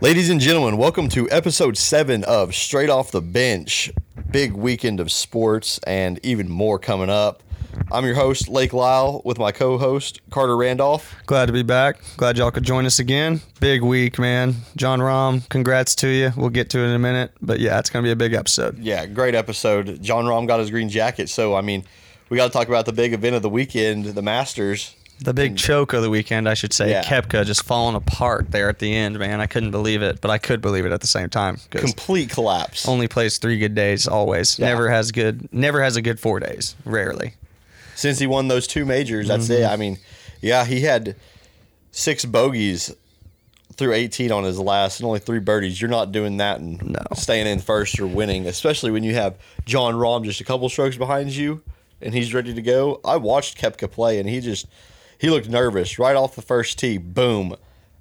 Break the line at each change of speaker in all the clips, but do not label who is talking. Ladies and gentlemen, welcome to episode seven of Straight Off the Bench. Big weekend of sports and even more coming up. I'm your host, Lake Lyle, with my co host, Carter Randolph.
Glad to be back. Glad y'all could join us again. Big week, man. John Rahm, congrats to you. We'll get to it in a minute. But yeah, it's going to be a big episode.
Yeah, great episode. John Rahm got his green jacket. So, I mean, we got to talk about the big event of the weekend, the Masters.
The big choke of the weekend, I should say.
Yeah.
Kepka just falling apart there at the end, man. I couldn't believe it, but I could believe it at the same time. 'cause
Complete collapse.
only plays three good days always. Never has good. Never has a good four days. Rarely.
Since he won those two majors, that's
Mm-hmm.
it. I mean, yeah, he had six bogeys through 18 on his last and only three birdies. You're not doing that and
No.
staying in first or winning, especially when you have John Rahm just a couple strokes behind you and he's ready to go. I watched Kepka play and he just he looked nervous right off the first tee. Boom.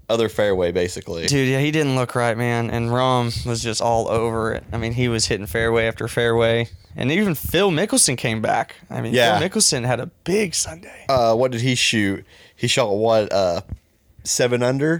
Other fairway basically.
Dude, yeah, he didn't look right, man. And Rom was just all over it. I mean, he was hitting fairway after fairway. And even Phil Mickelson came back. I mean,
Yeah.
Phil Mickelson had a big Sunday.
Uh, what did he shoot? He shot what uh 7 under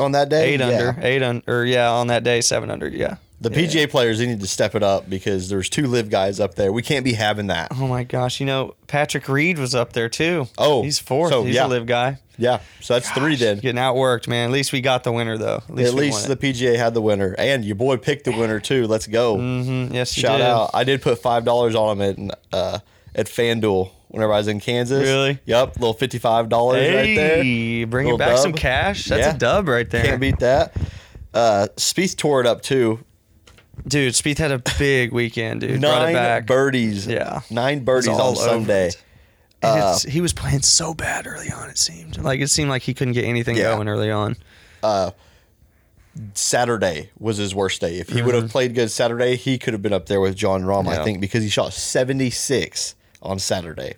on that day?
Mm-hmm. Eight
Yeah.
under, eight under, yeah, on that day, seven under, yeah.
The PGA players they need to step it up because there's two live guys up there. We can't be having that.
Oh my gosh, you know Patrick Reed was up there too.
Oh,
he's fourth.
so,
he's
yeah.
a live guy.
Yeah, so that's three then.
Getting outworked, man. At least we got the winner though. At least,
At least the PGA had the winner, and your boy picked the winner too. Let's go!
mm-hmm. yes, you
Shout
did.
out! I did put five dollars on him at uh, at FanDuel whenever I was in Kansas.
Really?
Yep, little fifty five dollars right there.
Hey, bringing
Little
back some
dub.
cash. That's
Yeah.
a dub right there,
Can't beat that. Uh, Spieth tore it up too.
dude. Spieth had a big weekend, dude. Brought it
Nine
back.
birdies.
Yeah.
nine birdies
all
on
over
Sunday.
it. And
Uh.
it's- he was playing so bad early on. It seemed like it seemed like he couldn't get anything
Yeah.
going early on.
Saturday was his worst day. If he would have played good Saturday, he could have been up there with John Rahm, I
Mm-hmm. Yeah.
think, because he shot 76 on Saturday.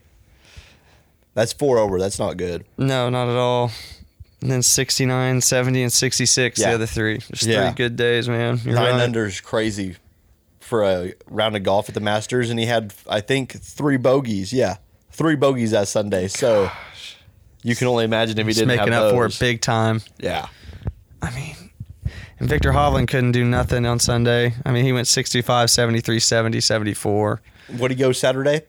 That's four over. That's not good.
No, not at all. And then 69, 70, and 66,
Yeah.
the other three. Just
Yeah.
three good days, man. You're
Nine
right.
under is crazy for a round of golf at the Masters, and he had, I think, three bogeys. Yeah, three bogeys that Sunday. So you can only imagine if he
Just
didn't
making
have
up for
those.
it big time.
Yeah,
I mean, and Victor Hovland couldn't do nothing on Sunday. I mean, he went 65, 73, 70, 74,
what did he go Saturday?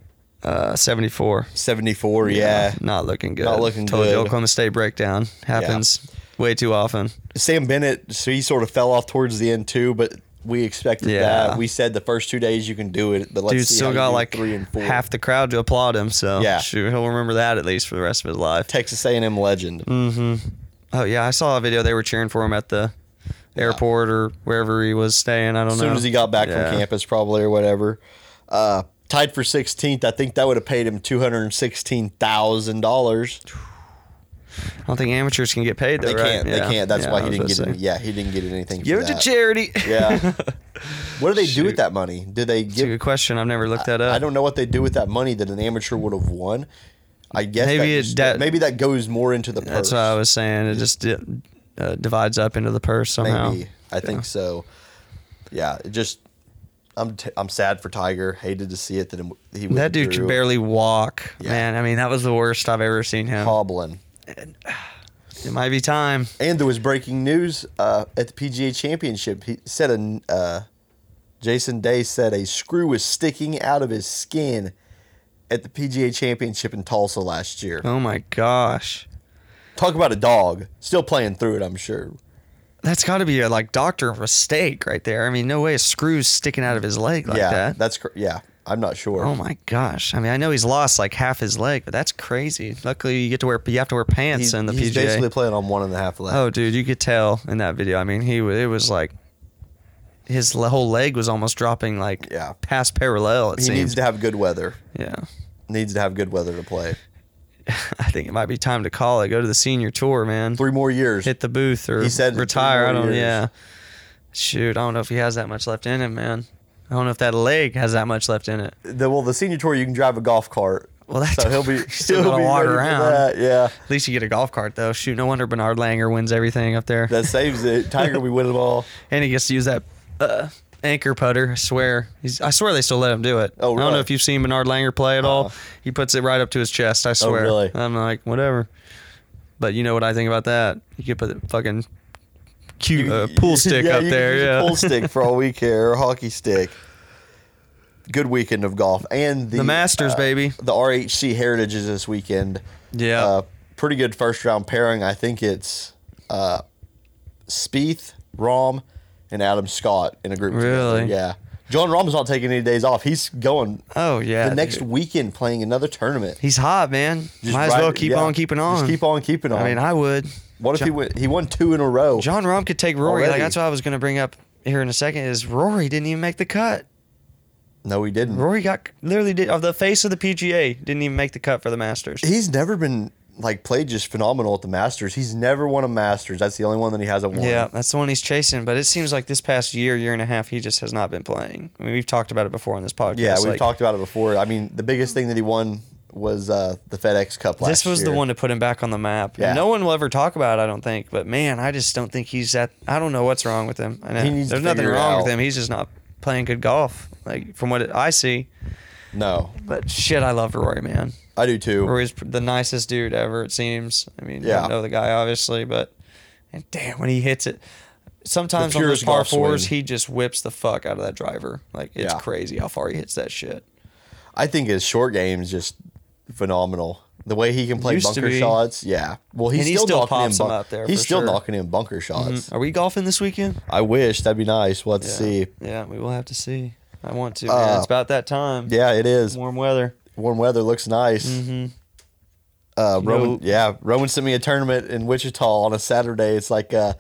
uh, 74.
74. Yeah.
Not looking good.
Not looking
Told
good.
you, Oklahoma State breakdown happens way too often.
Sam Bennett, so he sort of fell off towards the end too, but we expected
Yeah.
that. We said the first two days you can do it, but let's
Dude
see
still
how you
got
do
like
three and four.
half the crowd to applaud him. So
Yeah.
shoot, he'll remember that at least for the rest of his life.
Texas A&M legend.
Oh yeah, I saw a video. They were cheering for him at the airport or wherever he was staying. I don't
As
know.
soon as he got back
Yeah.
from campus, probably or whatever, uh, tied for 16th. I think that would have paid him two hundred sixteen thousand dollars.
I don't think amateurs can get paid. Though,
They
right?
can't.
Yeah.
They can't. That's
Yeah,
why
I
he
was
didn't get.
gonna
Any,
say.
yeah, he didn't get anything.
Give
for
it
that.
to charity.
Yeah. what do they do with
Shoot.
that money? Do they
It's a
give?
good question. I've never looked that up.
I don't know what they do with that money that an amateur would have won. I guess
Maybe
that
it-
just-
that-
maybe that goes more into the.
That's
purse.
what I was saying. It just di- uh, divides up into the purse somehow.
Maybe I think so. Yeah, it just I'm t- I'm sad for Tiger. Hated to see it that him- he
That dude
withdrew.
could barely walk.
Yeah.
Man, I mean, that was the worst I've ever seen him.
hobbling.
It might be time.
And there was breaking news uh, at the PGA Championship. He said a uh, Jason Day said a screw was sticking out of his skin at the PGA Championship in Tulsa last year.
Oh my gosh.
Talk about a dog. Still playing through it, I'm sure.
That's got to be a like doctor mistake right there. I mean, no way a screw's sticking out of his leg like
yeah,
that.
that's cr- yeah. I'm not sure.
Oh my gosh! I mean, I know he's lost like half his leg, but that's crazy. Luckily, you get to wear you have to wear pants
He's-
in the
he's
PGA.
basically playing on one and a half left.
Oh, dude, you could tell in that video. I mean, he wa- it was like his le- whole leg was almost dropping like
Yeah.
past parallel. It
he
Oh, seems.
needs to have good weather.
yeah,
Needs to have good weather to play.
I think it might be time to call it. Go to the senior tour, man.
Three more years.
Hit the booth or
He said three
retire. I
more
don't.
years.
Yeah. Shoot, I don't know if he has that much left in him, man. I don't know if that leg has that much left in it.
the well the senior tour you can drive a golf cart.
Well, that's-
so he'll be
still
he'll be
gotta walk
ready for
around.
that, Yeah,
At least you get a golf cart though. Shoot, no wonder Bernard Langer wins everything up there.
that saves it. Tiger, we win them all.
and he gets to use that uh, anchor putter. I swear, he's, I swear they still let him do it.
Oh,
I don't
really? Uh-huh.
know if you've seen Bernard Langer play at all. He puts it right up to his chest. I swear.
Oh, really?
I'm like, whatever. But you know what I think about that? You could put a fucking cute uh, pool stick
yeah,
up
you could
there.
use a
Yeah,
pool stick for all we care, or hockey stick. Good weekend of golf and the,
The Masters,
uh,
baby.
The RHC Heritage is this weekend.
Yeah.
uh, pretty good first round pairing. I think it's uh, Spieth, Rom, and Adam Scott in a group. together.
Really?
Yeah. John Rom's not taking any days off. He's going
Oh yeah.
the next
dude.
weekend playing another tournament.
he's hot, man. Might as
ride-
well keep
yeah.
on keeping on.
Just keep on keeping on.
I mean, I would.
what if he went? He won two in a row.
John Rom could take Rory. Like
Already.
that's what I was going to bring up here in a second. Is Rory didn't even make the cut.
no, he didn't.
Rory got literally did, of the face of the PGA didn't even make the cut for the Masters.
he's never been like played just phenomenal at the Masters. He's never won a Masters. That's the only one that he hasn't won.
Yeah, that's the one he's chasing. But it seems like this past year, year and a half, he just has not been playing. I mean, we've talked about it before on this podcast.
yeah. We've
like,
talked about it before. I mean, the biggest thing that he won was uh, the FedEx Cup last year.
This was the one to put him back on the map.
Yeah.
No one will ever talk about it, I don't think. But man, I just don't think he's that. I don't know what's wrong with him. I know.
He needs to
There's nothing
figure it
wrong
out.
with him. He's just not playing good golf, like from what it, I see.
No,
But shit, I love Rory, man.
I do too.
Rory's pr- the nicest dude ever, it seems. I mean, yeah.
Yeah.
I know the guy, obviously, but and damn, when he hits it, sometimes
The
on those
purest
par
golf swing.
fours, he just whips the fuck out of that driver. Like, it's
Yeah.
crazy how far he hits that shit.
I think his short game is just phenomenal. The way he can play
Used to
bunker
be.
shots, yeah. Well, he's
And he
still,
still
knocking
pops
in bun-
them out there
He's
for
still
sure.
knocking in bunker shots.
Are we golfing this weekend?
I wish that'd be nice. We'll have to
Yeah.
see.
Yeah, we will have to see. I want to. man.
Uh,
it's about that time.
Yeah, it is.
Warm weather.
Warm weather looks nice. Uh,
Mm-hmm. You
Roman,
know-
yeah, Roman sent me a tournament in Wichita on a Saturday. It's like a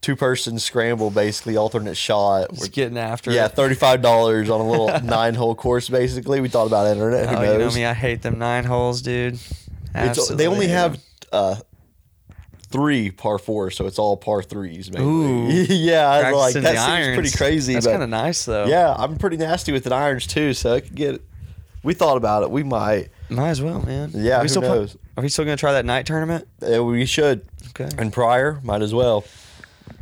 two-person scramble, basically alternate shot.
We're getting after
yeah,
it.
thirty-five dollars on a little nine-hole course. Basically, we thought about internet. Who
Oh, you know
knows?
me. I hate them nine holes, dude.
it's,
Absolutely
they only
hate
have
them.
uh, three par fours, so it's all par threes. Mainly.
Ooh.
yeah, I was like
Practicing
that
the
seems
irons.
pretty crazy.
That's
but
kind of nice though.
yeah, I'm pretty nasty with the irons too, so I could get. We thought about it. We might.
Might as well, man.
Yeah,
Are we
who
still pl-
knows?
are we still gonna try that night tournament?
Uh, we should.
Okay.
And Pryor might as well.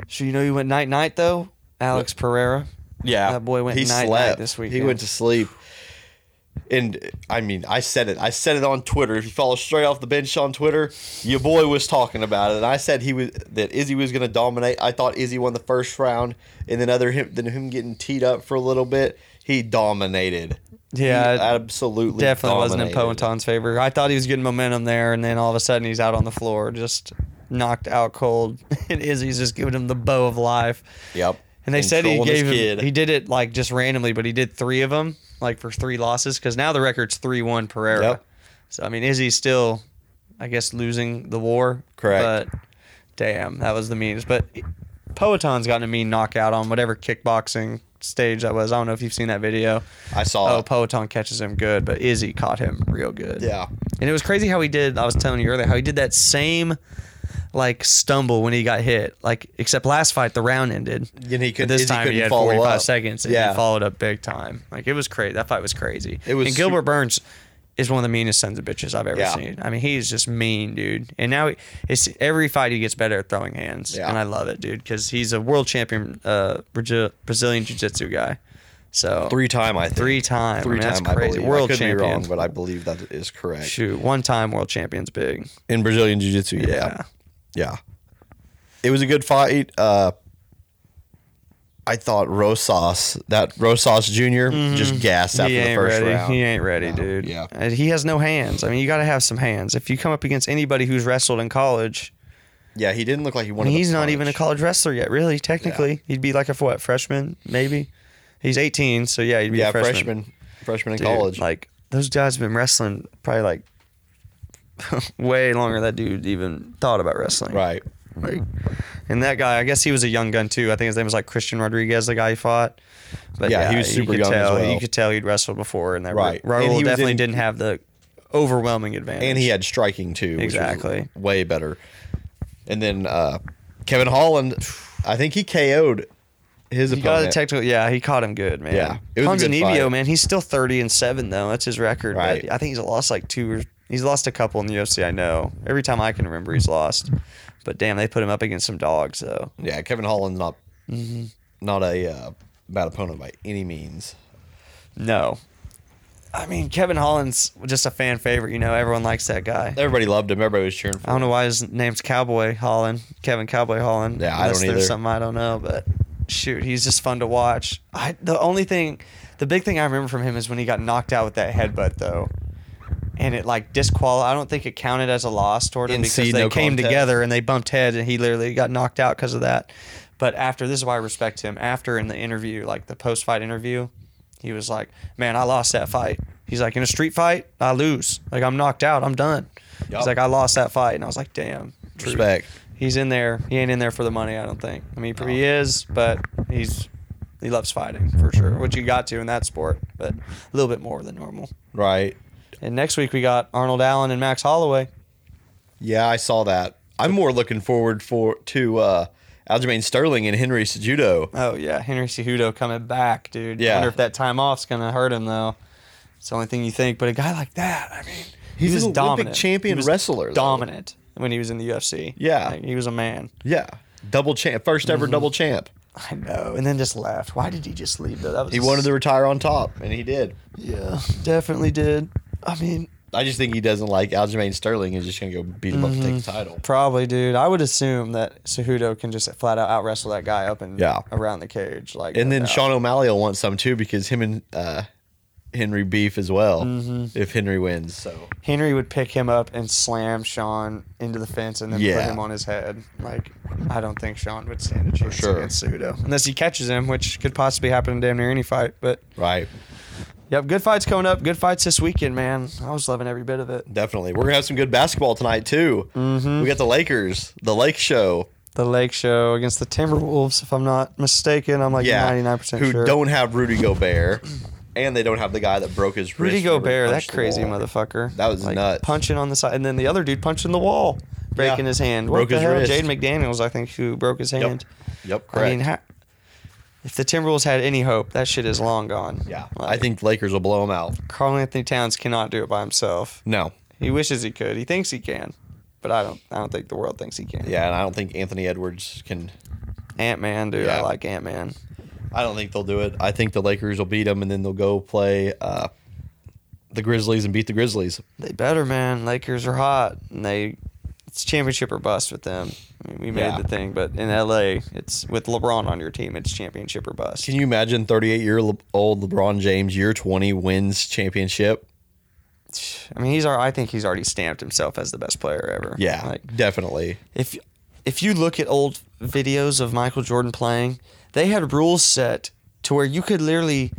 So you know you went night night though, Alex Pereira.
Yeah,
That boy went
He
night-night
slept
this
He
weekend.
went to sleep. And I mean, I said it. I said it on Twitter. If you follow straight off the bench on Twitter, your boy was talking about it, and I said he was that Izzy was going to dominate. I thought Izzy won the first round, and then other him then him getting teed up for a little bit, he dominated.
Yeah,
he absolutely.
Definitely wasn't in
dominated.
Poenton's favor. I thought he was getting momentum there, and then all of a sudden he's out on the floor, just knocked out cold. and Izzy's just giving him the bow of life.
Yep.
And they said he
trolling his
gave him.
kid.
He did it like just randomly, but he did three of them, like for three losses. Because now the record's three one Pereira.
Yep.
So I mean, is he still, I guess, losing the war?
Correct.
But damn, that was the meanest. But Poeton's gotten a mean knockout on whatever kickboxing stage that was. I don't know if you've seen that video.
I saw.
Oh, Poeton catches him good, but Izzy caught him real good.
Uh, Yeah.
And it was crazy how he did. I was telling you earlier how he did that same like stumble when he got hit. Like except last fight the round ended.
And he could-
But this
Izzy
time he
couldn't
had
follow
45
up.
seconds and
Yeah.
he followed up big time. Like it was crazy. That fight was crazy.
It was
And
su-
Gilbert Burns is one of the meanest sons of bitches I've ever
Yeah.
seen. I mean, he's just mean, dude. And now he, it's every fight he gets better at throwing hands,
Yeah.
and I love it, dude, because he's a world champion uh, Brazil, Brazilian jiu-jitsu guy. So
Three time, I think.
Three time.
Three
I mean, that's
time, I
crazy.
believe.
World
I could
champion.
be wrong, but I believe that is correct.
Shoot, one time world champion's big.
In Brazilian Jiu Jitsu, yeah.
Yeah.
yeah. It was a good fight. Uh, I thought Rosas, that Rosas junior just gassed after
Mm-hmm. he
the
ain't
first
ready.
round.
He ain't ready,
No,
dude.
yeah.
Uh, He has no hands. I mean, you got to have some hands. If you come up against anybody who's wrestled in college,
Yeah, he didn't look like he
I
wanted
mean,
to
he's not even a
punch.
college wrestler yet, really. Technically, he'd be like a what freshman, maybe. He's 18, so yeah, he'd be
Yeah,
a freshman.
freshman. Freshman in
Dude,
college.
Like those guys have been wrestling probably like way longer than that dude even thought about wrestling.
right.
Like, and that guy, I guess he was a young gun too. I think his name was like Christian Rodriguez, the guy he fought. But
Yeah,
yeah,
he was super
you could
young as
tell,
well.
You could tell he'd wrestled before, and that
Right.
Raul
And he was
definitely
in-
didn't have the overwhelming advantage.
And he had striking too. which was
Exactly.
way better. And then uh, Kevin Holland, I think he KO'd his
He got a
opponent.
technical. Yeah, he caught him good, man.
Yeah, it was a good
Ponzinibbio,
fight.
man, he's still thirty and seven though. That's his record. but
Right.
I think he's lost like two. or He's lost a couple in the UFC. I know. Every time I can remember, he's lost. But damn, they put him up against some dogs though.
yeah, Kevin Holland's not
Mm-hmm.
not a uh, bad opponent by any means.
No. I mean, Kevin Holland's just a fan favorite. You know, everyone likes that guy.
Everybody loved him. Everybody was cheering for
I don't know why his name's Cowboy Holland, Kevin Cowboy Holland.
Yeah, I
unless
don't
there's
either.
something I don't know, but shoot, he's just fun to watch. I the only thing, the big thing I remember from him is when he got knocked out with that headbutt though, and it like disqualified. I don't think it counted as a loss toward him
NC,
because they
no
came
contest.
together and they bumped heads and he literally got knocked out because of that. But after this is why I respect him. After in the interview, like the post fight interview, he was like, "Man, I lost that fight." He's like, "In a street fight, I lose. Like I'm knocked out. I'm done."
Yup.
He's like, "I lost that fight," and I was like, "Damn." true.
respect.
He's in there. He ain't in there for the money. I don't think. I mean, he probably is, but he's he loves fighting for sure,
Mm-hmm.
which you got to in that sport, but a little bit more than normal.
Right.
And next week we got Arnold Allen and Max Holloway.
Yeah, I saw that. I'm more looking forward for to uh, Aljamain Sterling and Henry Cejudo.
Oh yeah, Henry Cejudo coming back, dude.
Yeah.
Wonder if that time off's gonna hurt him though. It's the only thing you think. But a guy like that, I mean,
He's
he was
an Olympic
dominant.
champion
He was
wrestler, though.
Dominant when he was in the UFC.
Yeah.
Like, he was a man.
Yeah, double champ, first
Mm-hmm.
ever double champ.
I know. And then just left. Why did he just leave though? That was
He wanted to retire on top, and he did.
Yeah, definitely did. I mean,
I just think he doesn't like Aljamain Sterling. He's just gonna go beat him up and
Mm-hmm.
take the title.
Probably, dude. I would assume that Cejudo can just flat out out wrestle that guy up and
Yeah.
around the cage, like.
And
no
then
doubt.
Sean O'Malley will want some too because him and uh, Henry beef as well.
Mm-hmm.
If Henry wins, so
Henry would pick him up and slam Sean into the fence and then
Yeah.
put him on his head. Like, I don't think Sean would stand a chance
sure.
against Cejudo unless he catches him, which could possibly happen in damn near any fight. But
right,
yep, good fights coming up. Good fights this weekend, man. I was loving every bit of it.
definitely. We're gonna have some good basketball tonight too.
Mm-hmm.
We got the Lakers, the Lake Show.
The Lake Show against the Timberwolves, if I'm not mistaken. I'm like
yeah,
99%
who
sure.
don't have Rudy Gobert, and they don't have the guy that broke his wrist.
Rudy
whenever he
Gobert, that
punched the
crazy
wall.
motherfucker.
That was
like,
nuts.
Punching on the side, and then the other dude punching the wall, breaking
Yeah.
his hand.
Broke
What the
his
hell?
wrist.
Jade McDaniels, I think, who broke his hand.
Yep, correct.
I mean, ha- if the Timberwolves had any hope, that shit is long gone.
yeah, I
Like,
think Lakers will blow him out.
Carl Anthony Towns cannot do it by himself.
No,
He wishes he could. He thinks he can, but I don't. I don't think the world thinks he can.
yeah, and I don't think Anthony Edwards can.
Ant Man, dude,
Yeah.
I like Ant Man.
I don't think they'll do it. I think the Lakers will beat them, and then they'll go play uh, the Grizzlies and beat the Grizzlies.
They better, man. Lakers are hot, and they it's championship or bust with them. I mean, we made
Yeah.
the thing, but in LA, it's with LeBron on your team, it's championship or bust.
Can you imagine 38 year Le- old LeBron James, year 20, wins championship?
I mean, he's our. I think he's already stamped himself as the best player ever.
Yeah,
Like
definitely.
if if you look at old videos of Michael Jordan playing, they had rules set to where you could literally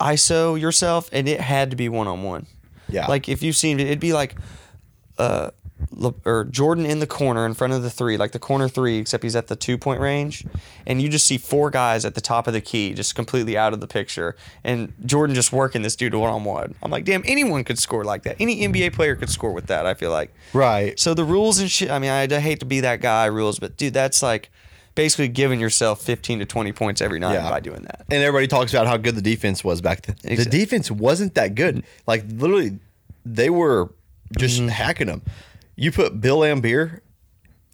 ISO yourself, and it had to be one on one.
Yeah.
Like if you've seen it, it'd be like uh Le- or Jordan in the corner in front of the three, like the corner three, except he's at the two point range, and you just see four guys at the top of the key, just completely out of the picture, and Jordan just working this dude one on one. I'm like, damn, anyone could score like that. Any NBA player could score with that. I feel like.
Right.
So the rules and shit. I mean, I I hate to be that guy rules, but dude, that's like basically giving yourself 15 to 20 points every night
Yeah.
by doing that.
and everybody talks about how good the defense was back then. The
Exactly.
defense wasn't that good. Like literally, they were just
Mm-hmm.
hacking them. You put Bill Lambier,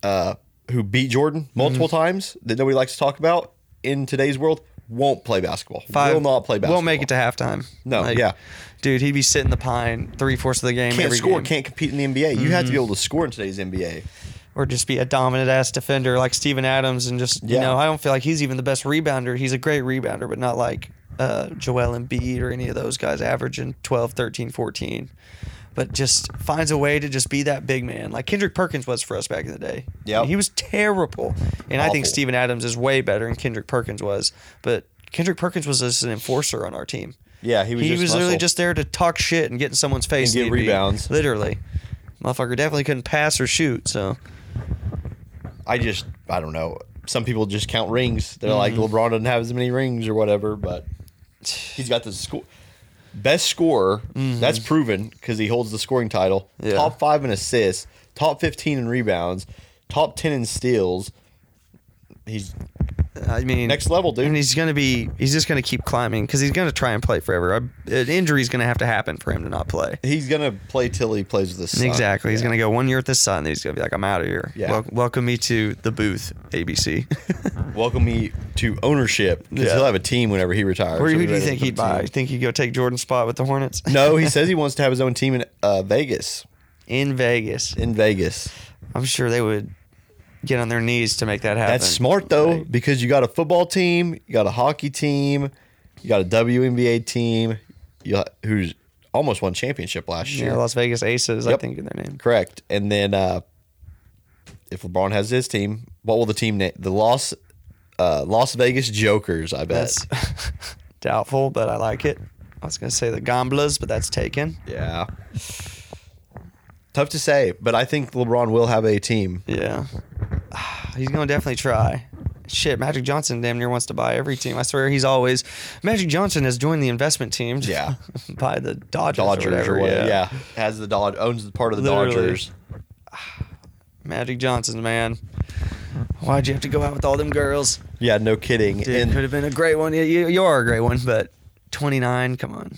uh, who beat Jordan
Mm-hmm.
multiple times that nobody likes to talk about in today's world, won't play basketball. will not play basketball.
Won't make it to halftime.
No, yeah.
Dude, he'd be sitting the pine three fourths of the game
Can't
every
score.
game, Mm-hmm.
Can't compete in the NBA. You have to be able to score in today's NBA.
or just be a dominant ass defender like Steven Adams, and just you
Yeah.
know, I don't feel like he's even the best rebounder. He's a great rebounder, but not like uh, Joel Embiid or any of those guys averaging 12, 13, 14. But just finds a way to just be that big man, like Kendrick Perkins was for us back in the day.
Yep.
he was terrible, and I think
Awful.
Steven Adams is way better than Kendrick Perkins was, but. Kendrick Perkins was just an enforcer on our team.
Yeah, he was
He
just
was literally
muscle.
just there to talk shit and get in someone's face
And get
need be.
rebounds.
Literally, motherfucker definitely couldn't pass or shoot. So
I just I don't know. Some people just count rings. They're
Mm-hmm.
like LeBron doesn't have as many rings or whatever, but he's got the score best scorer. That's proven because he holds the scoring title.
Mm-hmm. Yeah.
Top five in assists, top fifteen in rebounds, top ten in steals. He's
I mean,
next level, dude.
And he's gonna be. He's just gonna keep climbing because he's gonna try and play forever. I- An injury's gonna have to happen for him to not play.
he's gonna play till he plays with the sun.
Exactly. He's gonna go one year at this side, and then he's gonna be like, "I'm out of here.
Yeah.
Wel- welcome me to the booth, ABC."
Welcome me to to ownership because
Yeah.
he'll have a team whenever he retires.
Where,
He'll
who
be
do you
ready
think
for
he'd
the team.
buy? You think he'd go take Jordan's spot with the Hornets?
No, he says he wants to have his own team in uh, Vegas.
in Vegas.
In Vegas,
I'm sure they would get on their knees to make that happen.
that's smart though
Like,
because you got a football team, you got a hockey team, you got a WNBA team, you who's almost won championship last year.
yeah, Las Vegas Aces, I
Yep.
think, in their name.
Correct. And then uh, if LeBron has his team, what will the team name? The Las uh, Las Vegas Jokers, I bet.
That's doubtful, but I like it. I was gonna say the Gamblers, but that's taken.
yeah. Tough to say, but I think LeBron will have a team.
Yeah, he's gonna definitely try. Shit, Magic Johnson damn near wants to buy every team. I swear he's always Magic Johnson has joined the investment team. to
Yeah.
buy the Dodgers,
Dodgers
or whatever.
or whatever.
yeah,
Yeah. Has the Dodge owns part of the
Literally.
Dodgers.
Magic Johnson, man. Why'd you have to go out with all them girls?
Yeah, no kidding.
Dude, could
and
have been a great one. You, you you are a great one, but 29, come on.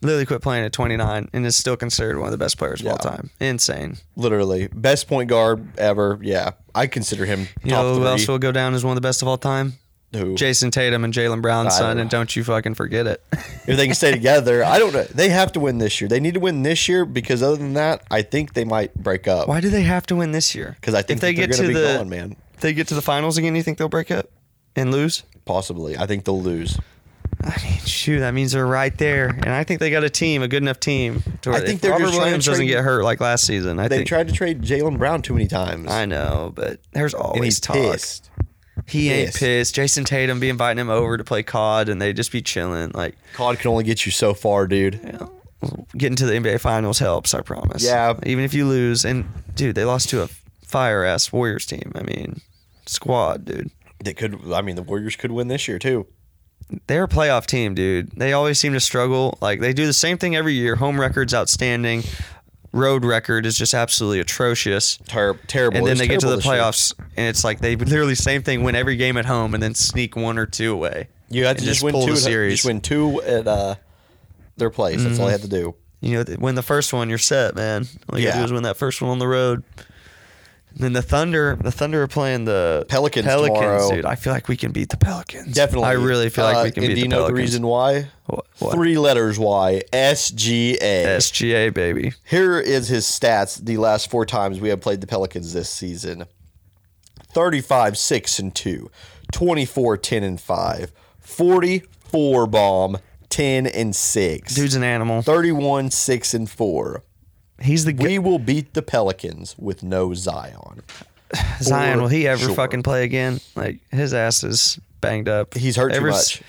Literally quit playing at 29 and is still considered one of the best players of all
Yeah.
time. Insane.
literally best point guard ever. Yeah. I consider him top
You know who
three.
else will go down as one of the best of all time?
Who?
Jason Tatum and Jalen Brown's
I don't
son,
know.
and don't you fucking forget it.
if they can stay together, I don't know. They have to win this year. They need to win this year because other than that, I think they might break up.
Why do they have to win this year?
Because I think
if they
that
get
they're
to
going to be
the
gone, man.
if they get to the finals again, you think they'll break up and lose?
Possibly. I think they'll lose.
I mean, shoot, that means they're right there, and I think they got a team, a good enough team. To where
I think
if
they're
Robert
just trying to
Williams doesn't
trade-
get hurt like last season. I
They
think
tried to trade Jalen Brown too many times.
I know, but there's always
and he's
talk.
pissed.
He ain't
Pissed.
pissed. Jason Tatum be inviting him over to play COD, and they just be chilling. Like
COD can only get you so far, dude.
getting to the NBA Finals helps. I promise.
Yeah.
Even if you lose, and dude, they lost to a fire ass Warriors team. I mean, squad, dude.
They could. I mean, the Warriors could win this year too.
They're a playoff team, dude. They always seem to struggle. Like they do the same thing every year. Home record's outstanding. Road record is just absolutely atrocious.
Ter- terrible. It
and then
was
they get to
terrible
the
this year.
playoffs, and it's like they literally same thing, win every game at home, and then sneak one or two away.
You have to
and
just, win
pull
two.
the
at-
series. Mm-hmm.
Just win two at uh, their place. That's all they have to do.
You know, th- win the first one, you're set, man. All you gotta
Yeah.
do is win that first one on the road. And then the Thunder, the Thunder are playing the
Pelicans
Pelicans,
tomorrow.
dude. I feel like we can beat the Pelicans.
Definitely.
I really feel like
Uh,
we can
and
beat
do you
the
know
Pelicans.
the reason why?
What- what?
Three letters. Why? S G A.
SGA baby.
Here is his stats the last four times we have played the Pelicans this season 35 6 and 2, 24 10 and 5, 44 bomb 10 and 6,
Dude's an animal.
31 6 and 4.
He's the guy.
We will beat the Pelicans with no Zion.
Zion.
for
Will he ever
sure.
fucking play again? Like his ass is banged up.
He's hurt too
Ever s-
much.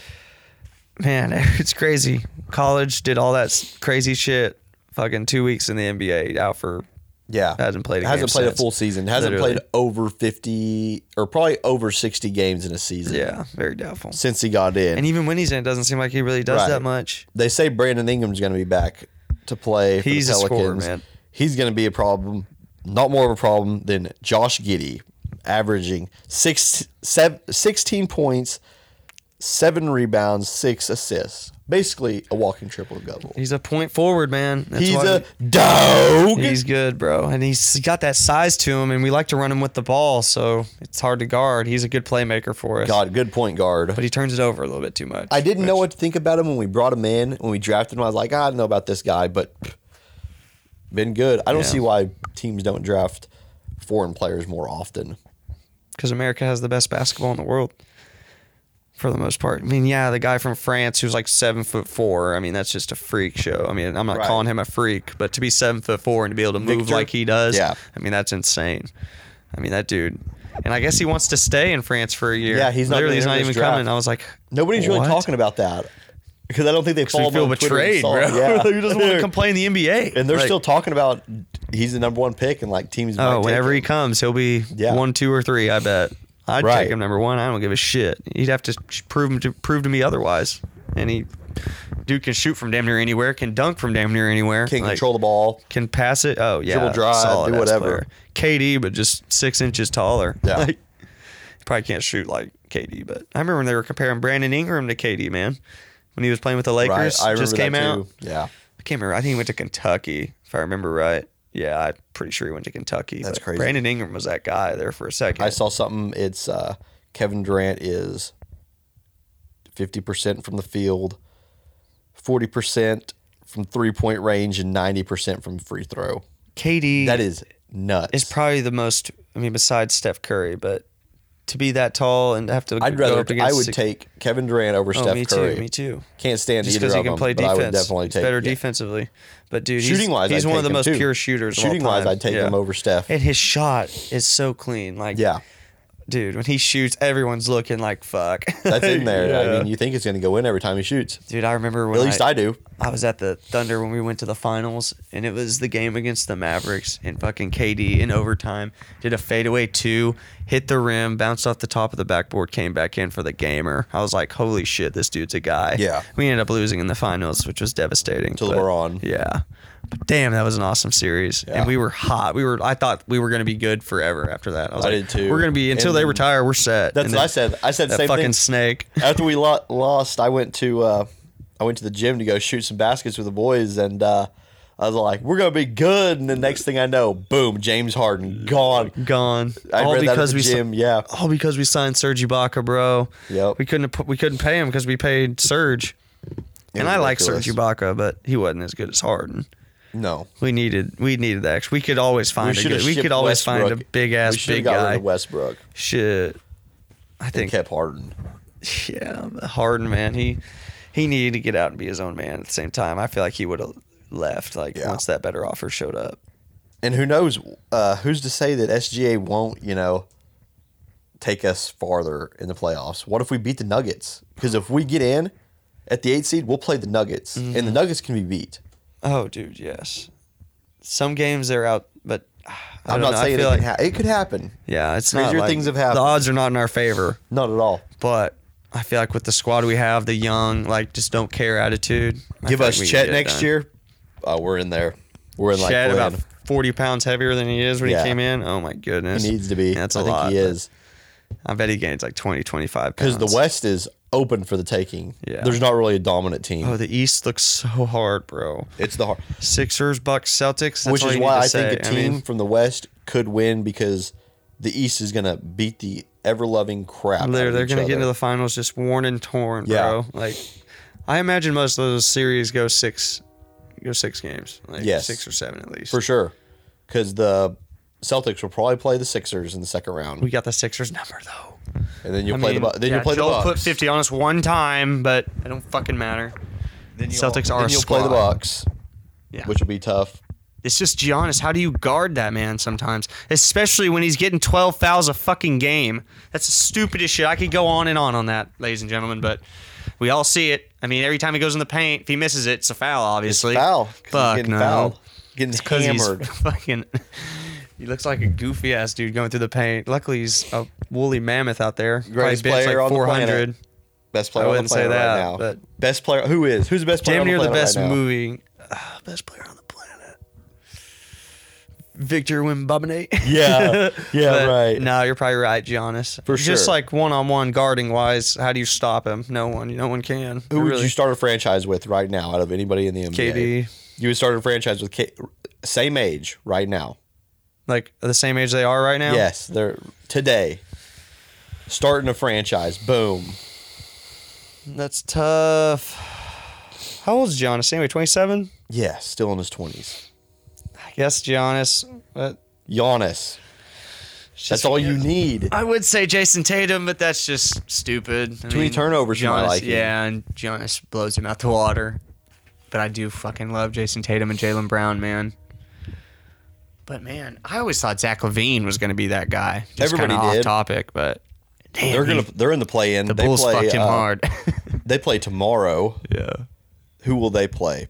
man, it's crazy. College did all that s- crazy shit. Fucking two weeks in the NBA, out for
Yeah.
hasn't played a
hasn't
game
played a
since.
full season. Hasn't
Literally.
played over 50 or probably over 60 games in a season
yeah, very doubtful.
since he got in.
And even when he's in, it doesn't seem like he really does
Right.
that much.
they say Brandon Ingram's going to be back to play for
He's a
the Pelicans.
scorer, man.
He's going to be a problem, not more of a problem than Josh Giddy, averaging six, sev 16 points, seven rebounds, six assists. Basically, a walking triple double.
He's a point forward, man. That's
He's
why
a dog.
he- he's good, bro, and he's got that size to him, and we like to run him with the ball, so it's hard to guard. He's a good playmaker for us,
God, good point guard.
but he turns it over a little bit too much.
I didn't know what to think about him when we brought him in, when we drafted him. I was like, "Ah, I don't know about this guy, but been good. I don't
Yeah.
see why teams don't draft foreign players more often.
because America has the best basketball in the world for the most part. I mean, yeah, the guy from France who's like seven foot four. I mean, that's just a freak show. I mean, I'm not
Right.
calling him a freak, but to be seven foot four and to be able to move
Victor?
like he does,
Yeah.
I mean, that's insane. I mean, that dude. And I guess he wants to stay in France for a year.
Yeah, he's not
literally
gonna
he's
enter
not
this
even
draft.
coming. I was like,
Nobody's really
what?
talking about that because I don't think they
So
follow
you feel
them on Twitter and
betrayed,
saw
bro.
it.
Who doesn't want to
They're-
complain in the NBA?
And they're
Like,
still talking about he's the number one pick and like teams. might
Oh,
take
whenever he
him.
comes, he'll be
Yeah.
one, two, or three. I bet. I'd
Right.
take him number one. I don't give a shit. He'd have to sh- prove him to prove to me otherwise. And he, dude, can shoot from damn near anywhere. Can dunk from damn near anywhere.
can
like,
control the ball.
Can pass it. Oh yeah,
Dribble drive,
solid
do
ass
whatever.
player. KD, but just six inches taller.
Yeah.
Like, probably can't shoot like KD. But I remember when they were comparing Brandon Ingram to KD, man. When he was playing with the Lakers,
Right, I remember
just came
that
out.
too. Yeah,
I can't remember. I think he went to Kentucky, if I remember right. Yeah, I'm pretty sure he went to Kentucky.
That's
but
crazy.
Brandon Ingram was that guy there for a second.
I saw something. It's uh, Kevin Durant is 50% from the field, 40% from three point range, and 90% from free throw.
KD
That is nuts.
is probably the most. I mean, besides Steph Curry, but to be that tall and have to
I'd
go
rather,
up against
I would
six-
take Kevin Durant over
Oh,
Steph
me
Curry.
too. Me too.
Can't stand
Just
either
because
of
he can
them,
play
but
defense.
I would definitely
He's
take
better
yeah.
defensively. But dude, he's-
Shooting wise,
he's
I'd
one
take
of the
him
most
too.
pure shooters. of all
Shooting wise,
time.
I'd take
Yeah.
him over Steph.
And his shot is so clean. Like
yeah,
dude, when he shoots, everyone's looking like fuck.
that's in there. I
Yeah.
mean, you think it's going to go in every time he shoots.
dude, I remember when
At least I do.
I was at the Thunder when we went to the finals, and it was the game against the Mavericks, and fucking KD in overtime did a fadeaway two, hit the rim, bounced off the top of the backboard, came back in for the gamer. I was like, holy shit, this dude's a guy.
Yeah.
We ended up losing in the finals, which was devastating.
To
but-
LeBron.
Yeah. But damn, that was an awesome series,
Yeah.
and we were hot. We were. I thought we were going to be good forever after that. I was
I
like,
did too.
We're going to be until they
And
retire. We're set.
That's
And
what
then
I said. I said the
That
same
fucking
thing.
snake.
After we lo- lost, I went to uh, I went to the gym to go shoot some baskets with the boys, and uh, I was like, "We're gonna be good." And the next thing I know, boom, James Harden gone.
gone.
I
all
read that at
because
the
we si-
gym, yeah.
All Oh, because we signed Serge Ibaka, bro.
Yep.
We couldn't have put, we couldn't pay him because we paid Serge.
It
and
was
I like
ridiculous.
Serge Ibaka, but he wasn't as good as Harden.
No,
We needed we needed the extra. We could always find a
shoulda
good, we
shipped
could always find a
Westbrook.
big
We
ass
shoulda
big
got
guy.
Rid of Westbrook
Shit. I
and
think
kept Harden.
yeah, Harden man, he he needed to get out and be his own man at the same time. I feel like he would have left like
Yeah.
once that better offer showed up.
And who knows? Uh, who's to say that SGA won't? You know, take us farther in the playoffs. What if we beat the Nuggets? Because if we get in at the eight seed, we'll play the Nuggets, and
Mm-hmm.
the Nuggets can be beat.
Oh dude, yes. Some games they're out, but ah, I
I'm
don't
not
know. I
saying it,
feel
can
like-
ha- it could happen.
Yeah, it's
Crazier
not like,
things have happened.
The odds are not in our favor,
Not at all.
but I feel like with the squad we have, the young, like just don't care attitude. I
Give
feel
us
like we can
Chet
get it
next
done.
year. Oh, we're in there. We're in like
Chet
plan.
about forty pounds heavier than he is when
Yeah.
he came in. Oh my goodness,
he needs to be.
That's a
I think
lot.
He
but
is
I bet he gains like 20, 25 pounds.
because the West is open for the taking.
Yeah.
There's not really a dominant team.
Oh, the East looks so hard, bro.
It's the hard,
Sixers, Bucks, Celtics. That's
which
all
is
you need
why
to
I
say.
think a team
mean,
from the West could win because the East is gonna beat the ever loving crap. out
They're,
of
they're
each
going to get
other.
into the finals just worn and torn,
Yeah.
bro. Like, I imagine most of those series go six, go six games, like
Yes.
six or seven at least.
for sure because the Celtics will probably play the Sixers in the second round,
We got the Sixers number though.
and then you'll play the Bu- then
yeah,
you'll play
Joel
the Bucks.
put fifty on us one time, but it don't fucking matter.
then you'll,
Celtics are
then
a
you'll play the
squad.
Bucks,
Yeah.
which will be tough.
It's just Giannis. How do you guard that man sometimes, especially when he's getting twelve fouls a fucking game? That's the stupidest shit. I could go on and on on that, ladies and gentlemen, but we all see it. I mean, every time he goes in the paint, if he misses it, it's a foul, obviously.
Foul, 'cause he's
Fuck
getting
no.
fouled, getting
because he's
hammered.
fucking. He looks like a goofy ass dude going through the paint. Luckily, he's a woolly mammoth out there. Probably
Greatest
bench
player on the planet. Best player
I
on the
wouldn't say
planet right
that,
now.
but-
best player. Who is? Who's the best player?
Damn
on the
near the
planet
best
right now?
movie. Ah, best player on the planet. Victor Wimbabinate.
Yeah. Yeah, right.
No, you're probably right, Giannis.
For
Just
sure.
like one on one guarding wise, how do you stop him? No one. No one can.
Who would
Really.
you start a franchise with right now out of anybody in the NBA?
KD.
You would start a franchise with K- same age right now.
Like the same age they are right now?
Yes, they're today. Starting a franchise. Boom.
That's tough. How old is Giannis anyway? 27?
Yeah, still in his 20s.
I guess Giannis. But
Giannis. That's all you need.
I would say Jason Tatum, but that's just stupid. I
many turnovers for my
Giannis,
liking.
Yeah, and Giannis blows him out the water. But I do fucking love Jason Tatum and Jalen Brown, man. But man, I always thought Zach Levine was going to be that guy. Just
Everybody
kinda
did.
Off topic, but damn,
They're gonna
he-
they're in the play in.
the
they
Bulls
play,
fucked him
uh,
hard.
They play tomorrow.
yeah,
Who will they play?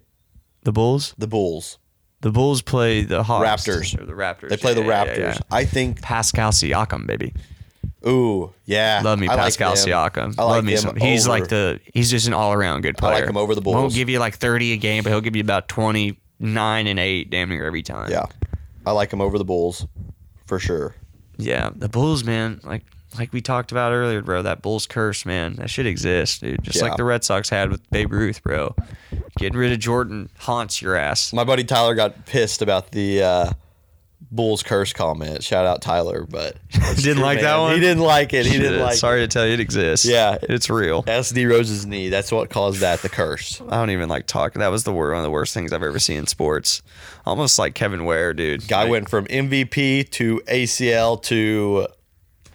the Bulls.
The Bulls.
The Bulls play the Hawks.
Raptors.
Or the Raptors.
They play the
Yeah,
Raptors.
yeah, yeah.
I think
Pascal Siakam, baby.
ooh, yeah.
Love me,
I like
Pascal
them.
Siakam.
I like
Love me
them
some. He's
over-
like the. He's just an all around good
I
player.
like him over the
Won't
Bulls.
give you like thirty a game, but he'll give you about twenty nine and eight, damn near every time.
Yeah. I like him over the Bulls for sure.
Yeah. The Bulls, man. Like like we talked about earlier, bro. That Bulls curse, man. That should exist, dude. Just
Yeah.
like the Red Sox had with Babe Ruth, bro. Getting rid of Jordan haunts your ass.
My buddy Tyler got pissed about the uh, Bulls curse comment. Shout out Tyler, but
Didn't like that one?
He didn't like it. He didn't
Shit,
like
Sorry to tell you, it exists.
Yeah.
it's real.
it. SD Rose's knee. That's what caused that. The curse.
I don't even like talking. That was the wor- one of the worst things I've ever seen in sports. Almost like Kevin Ware, dude.
Guy
Like-
went from MVP to ACL to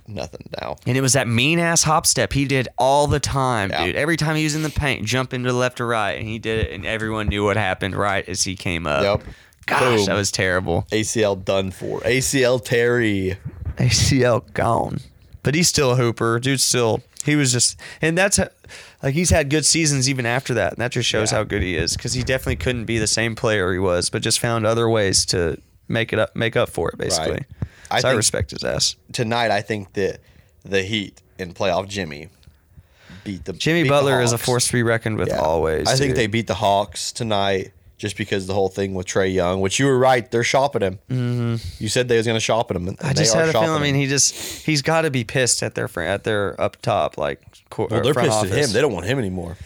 nothing now.
And it was that mean ass hop step he did all the time,
Yeah.
dude. Every time he was in the paint, jumping to the left or right, and he did it, and everyone knew what happened right as he came up.
Yep.
Gosh,
Boom.
that was terrible.
ACL done for. ACL Terry.
ACL gone. But he's still a hooper. Dude's still, he was just, and that's how- like he's had good seasons even after that. And that just shows
Yeah.
how good he is because he definitely couldn't be the same player he was, but just found other ways to make it up, make up for it, basically.
I
so I
think-
respect his ass.
Tonight, I think that the Heat in playoff Jimmy beat the
Jimmy
beat the
Butler is a
Hawks.
force to be reckoned with
Yeah.
always.
I think
dude.
they beat the Hawks tonight just because the whole thing with Trey Young, which you were right, they're shopping him. Mm-hmm. You said they was going to shop at him. And
I just
they are
had a
shopping
feeling. I mean,
him.
he just he's got to be pissed at their fr- at their up top like court,
well, they're
front
pissed at
office.
him. They don't want him anymore.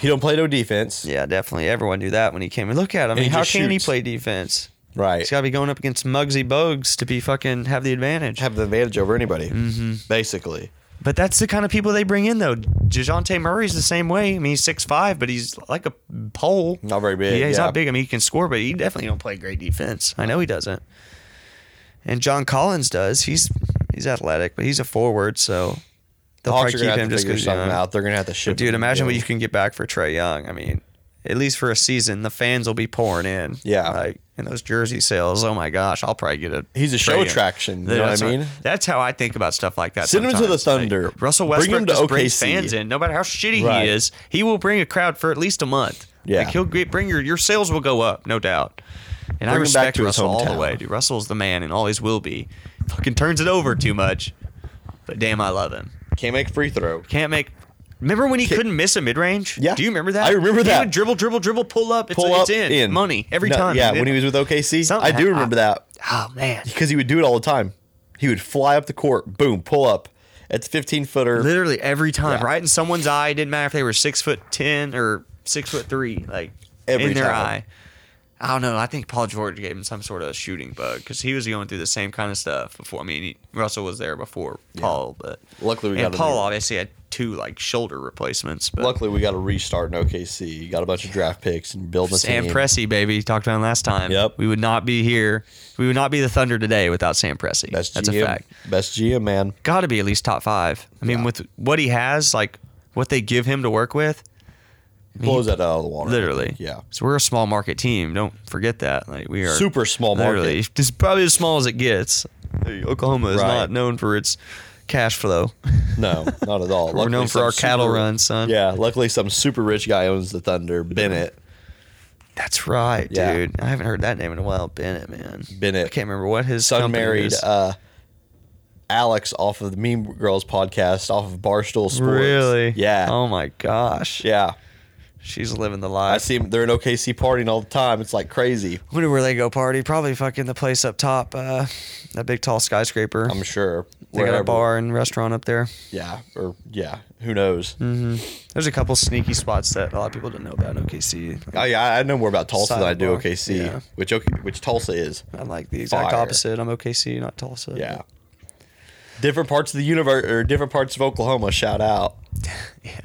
He don't play no defense.
yeah, definitely. Everyone knew that when he came in. Look at him. I
he
mean, how
just
can he
shoots.
play defense?
Right.
He's got to be going up against Muggsy Bogues to be fucking have the advantage.
Have the advantage over anybody, Mm-hmm. basically.
But that's the kind of people they bring in though. Dejounte Murray's the same way. I mean, he's six five, but he's like a pole.
Not very big,
Yeah, he's
yeah.
not big. I mean, he can score, but he definitely don't play great defense. I know he doesn't. And John Collins does. He's he's athletic, but he's a forward, so they'll
Hawks are going
probably keep
to
him
have to
just
figure
because you
something
know.
out. They're going to have to ship.
Dude,
him.
imagine what
Yeah.
you can get back for Trey Young. I mean, at least for a season, the fans will be pouring in.
Yeah.
like and those jersey sales. Oh my gosh, I'll probably get a.
He's a
Trae
show
Young.
attraction, you know what
That's
I mean?
That's how I think about stuff like that.
Send him to the
sometimes. Like,
Thunder.
Russell
Bring him
Westbrook
to
just brings
OKC.
fans in. No matter how shitty
Right.
he is, he will bring a crowd for at least a month.
Yeah.
like he'll get, bring your your sales will go up, no doubt. And I
Bring him back
respect
to his
Russell all the
hometown.
way, dude. Russell's the man and always will be. Fucking turns it over too much, but damn, I love him.
can't make a free throw.
Can't make. Remember when he couldn't miss a mid range?
Yeah.
Do you remember that?
I remember
He
that.
would dribble, dribble, dribble, pull up. It's,
Pull up
it's in. money every
No,
time.
Yeah,
dude.
when he was with OKC,
Something
I do
hap-
remember that
Oh man.
because he would do it all the time. He would fly up the court, boom, pull up at the 15 footer.
Literally every time,
Yeah.
right in someone's eye. Didn't matter if they were six foot ten or six foot three, like
Every
in their
time.
eye. I don't know. I think Paul George gave him some sort of shooting bug because he was going through the same kind of stuff before. I mean, he, Russell was there before Paul, but
Luckily, we
and
got a
Paul
new-
obviously had two like shoulder replacements. But
Luckily, we got a restart in OKC. You got a bunch of draft picks and building a
Sam
team.
Presti, baby, talked about him last time.
Yep.
We would not be here. We would not be the Thunder today without Sam Presti.
Best
That's
GM,
a fact.
Best GM, man.
Got to be at least top five. I mean, with what he has, like what they give him to work with,
Blows that out of the water.
literally.
Yeah.
So we're a small market team. Don't forget that. Like we are
Super small
literally.
market.
It's probably as small as it gets. Oklahoma is
Right.
not known for its cash flow.
No, not at all.
We're known
Luckily,
for our
some
cattle
super-
run, son.
Yeah. Luckily, some super rich guy owns the Thunder. Bennett.
That's right,
Yeah.
dude. I haven't heard that name in a while. Bennett, man.
Bennett.
I can't remember what his
son
company
married
is.
uh, Alex off of the Mean Girls podcast, off of Barstool Sports.
Really?
Yeah.
Oh my gosh.
Yeah.
She's living the
I
life.
see them. They're in OKC partying all the time. It's like crazy.
Wonder where they go party. Probably fucking the place up top, uh, that big tall skyscraper.
I'm sure.
they got a bar and restaurant up there.
Yeah. Or yeah. Who knows?
Hmm. There's a couple sneaky spots that a lot of people don't know about in OKC.
I, Oh, I I know more about Tulsa than I do
Sidebar.
OKC,
Yeah.
which OK, which Tulsa is.
I'm like the exact
Fire.
opposite. I'm OKC, not Tulsa.
Yeah. Different parts of the universe or different parts of Oklahoma. Shout out.
Yeah.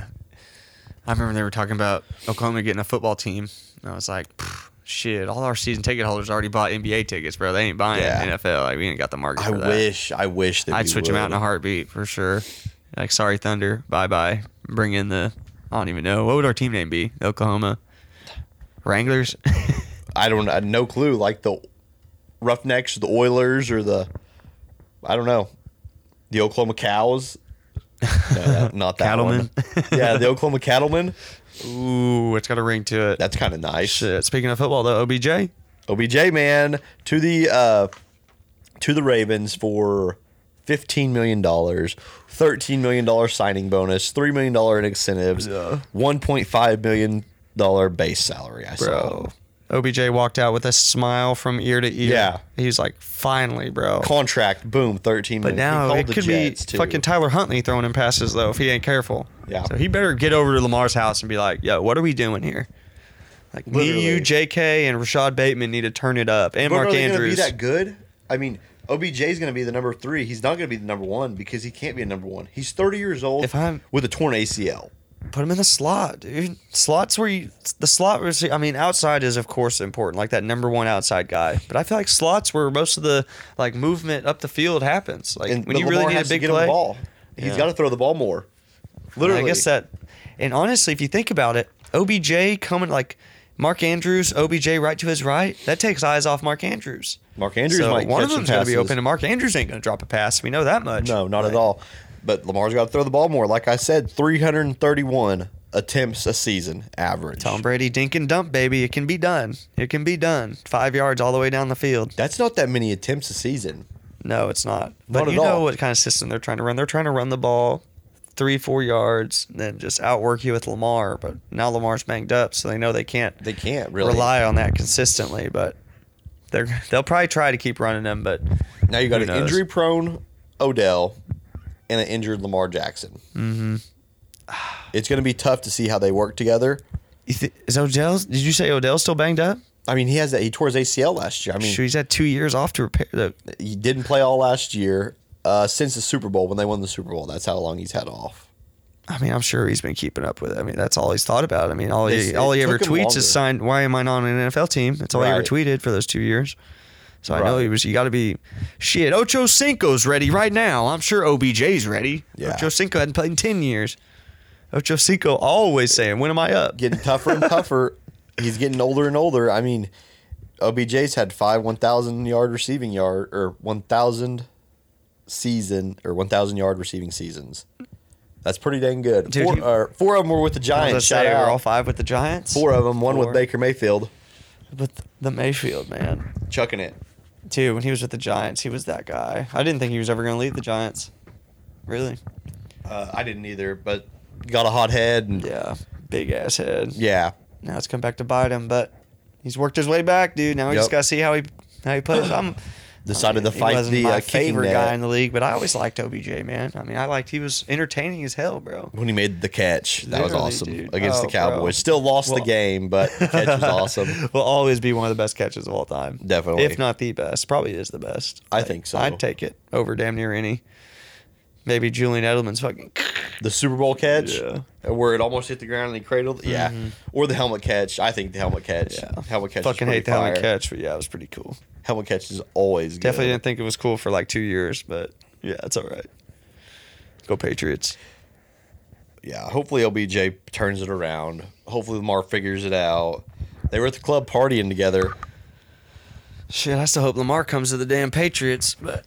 I remember they were talking about Oklahoma getting a football team. And I was like, "Pff, shit, all our season ticket holders already bought NBA tickets, bro. They ain't buying
Yeah.
NFL. Like, we ain't got the market
I
for that.
wish. I wish that
I'd
we
switch him out in
would.
a heartbeat for sure. Like, sorry, Thunder. Bye bye. Bring in the, I don't even know. What would our team name be? Oklahoma Wranglers?
I don't. I, no clue. Like the Roughnecks, the Oilers, or the I don't know, the Oklahoma Cows. No, that- not that
Cattlemen.
One. Yeah, the Oklahoma Cattlemen.
Ooh, it's got a ring to it.
That's kind of nice.
Shit. Speaking of football, though, OBJ,
OBJ man to the uh, to the Ravens for fifteen million dollars, thirteen million dollar signing bonus, three million dollar in incentives,
Yeah.
one point five million dollar base salary. I saw
bro. OBJ walked out with a smile from ear to ear.
Yeah.
He was like, finally, bro.
contract. Boom, thirteen
But
million. He
now
called
it
the
could
Jets,
be
too.
fucking Tyler Huntley throwing him passes though if he ain't careful.
Yeah.
So he better get over to Lamar's house and be like, "Yo, what are we doing here?" Like me, you,
Literally.
J.K. and Rashad Bateman need to turn it up, and
But
Mark
are they
Andrews.
gonna be that good? I mean, OBJ is going to be the number three. He's not going to be the number one because he can't be a number one. He's 30 years old
If I'm-
with a torn ACL.
Put him in the slot, dude. Slots where you the slot was. I mean, outside is of course important, like that number one outside guy. But I feel like slots where most of the like movement up the field happens. Like
And
when
but
you really
Lamar
need
has
a
to
big
get him
play.
the ball. He's
Yeah.
got to throw the ball more.
And
Literally,
I guess that, and honestly, if you think about it, OBJ coming like Mark Andrews, OBJ right to his right, that takes eyes off Mark Andrews.
Mark Andrews
so
might
one
catch
of
some
them's going to be
passes.
open, and Mark Andrews ain't going to drop a pass. We know that much.
No, not
Like,
at all. But Lamar's got to throw the ball more. Like I said, 331 attempts a season average.
Tom Brady, dink and dump, baby. It can be done. It can be done. Five yards all the way down the field.
That's not that many attempts a season.
No, it's not. But
Not at
you know
all.
what kind of system they're trying to run. They're trying to run the ball three, four yards, and then just outwork you with Lamar. But now Lamar's banged up, so they know they can't
They can't really.
rely on that consistently. But they're they'll probably try to keep running them. But
Now you got
Who
an
knows?
injury prone Odell and an injured Lamar Jackson. Mm-hmm. It's going to be tough to see how they work together.
you thi- is Odell? Did you say Odell's still banged up?
I mean, he has that. He tore his ACL last year. I mean,
Shoot, he's had two years off to repair. The,
he didn't play all last year uh, since the Super Bowl when they won the Super Bowl. That's how long he's had off.
I mean, I'm sure he's been keeping up with it. I mean, that's all he's thought about. I mean, all
They-
he
it
all he ever
took
tweets
him longer.
is signed. Why am I not on an NFL team? That's all he ever
Right.
tweeted for those two years. So I know
Right.
he was. You got to be shit. Ocho Cinco's ready right now. I'm sure OBJ's ready.
Yeah.
Ocho Cinco hadn't played in ten years. Ocho Cinco always saying, "When am I up?"
Getting tougher and tougher. He's getting older and older. I mean, OBJ's had five 1,000 yard receiving yard or 1,000 season or 1,000 yard receiving seasons. That's pretty dang good.
Dude,
four,
you-
uh, four of them were with the
I
Giants.
was
Shout
gonna say,
out.
we're all five with the Giants.
Four of them. One
Four.
with Baker Mayfield
with the Mayfield man.
chucking it.
Dude, when he was with the Giants, he was that guy. I didn't think he was ever going to leave the Giants. Really?
Uh, I didn't either, but got a hot head and yeah.
Yeah, big ass head. Now it's come back to bite him, but he's worked his way back, dude. Now we just
Yep.
got to see how he how he plays. I'm
Decided to
he
fight
wasn't
the
my
uh, kicking
favorite
net
guy in the league, but I always liked OBJ, man. I mean, I liked he was entertaining as hell, bro.
when he made the catch. That was
Literally,
awesome
dude.
against
Oh,
the Cowboys.
bro.
Still lost
Well-
the game, but the catch was awesome.
Will always be one of the best catches of all time.
Definitely.
If not the best, probably is the best.
I think so.
I'd take it over damn near any. Maybe Julian Edelman's fucking.
The Super Bowl catch,
Yeah.
where it almost hit the ground and he cradled. Yeah, or the helmet catch. I think the helmet catch.
Yeah.
Helmet catch.
Fucking
is
hate the
pretty
helmet
fire.
catch, but yeah, it was pretty cool.
Helmet catch is always good.
Definitely didn't think it was cool for like two years, but yeah, it's all right. Go Patriots.
Yeah. Hopefully OBJ turns it around. Hopefully Lamar figures it out. They were at the club partying together.
Shit, I still hope Lamar comes to the damn Patriots, but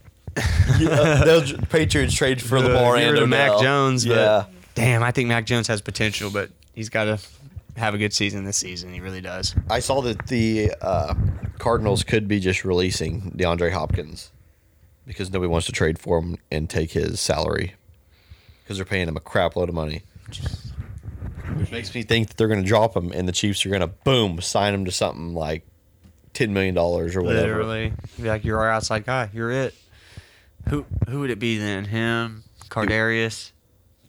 Those Patriots trade for Lamar
Get
and
rid of Mac
Odell.
Jones. But
yeah.
damn, I think Mac Jones has potential, but he's got to have a good season this season. He really does.
I saw that the uh, Cardinals could be just releasing DeAndre Hopkins because nobody wants to trade for him and take his salary because they're paying him a crap load of money. Which makes me think that they're going to drop him and the Chiefs are going to, boom, sign him to something like $10 million or whatever.
Literally, be like you're our outside guy. You're it. Who who would it be then? Him, Cardarius,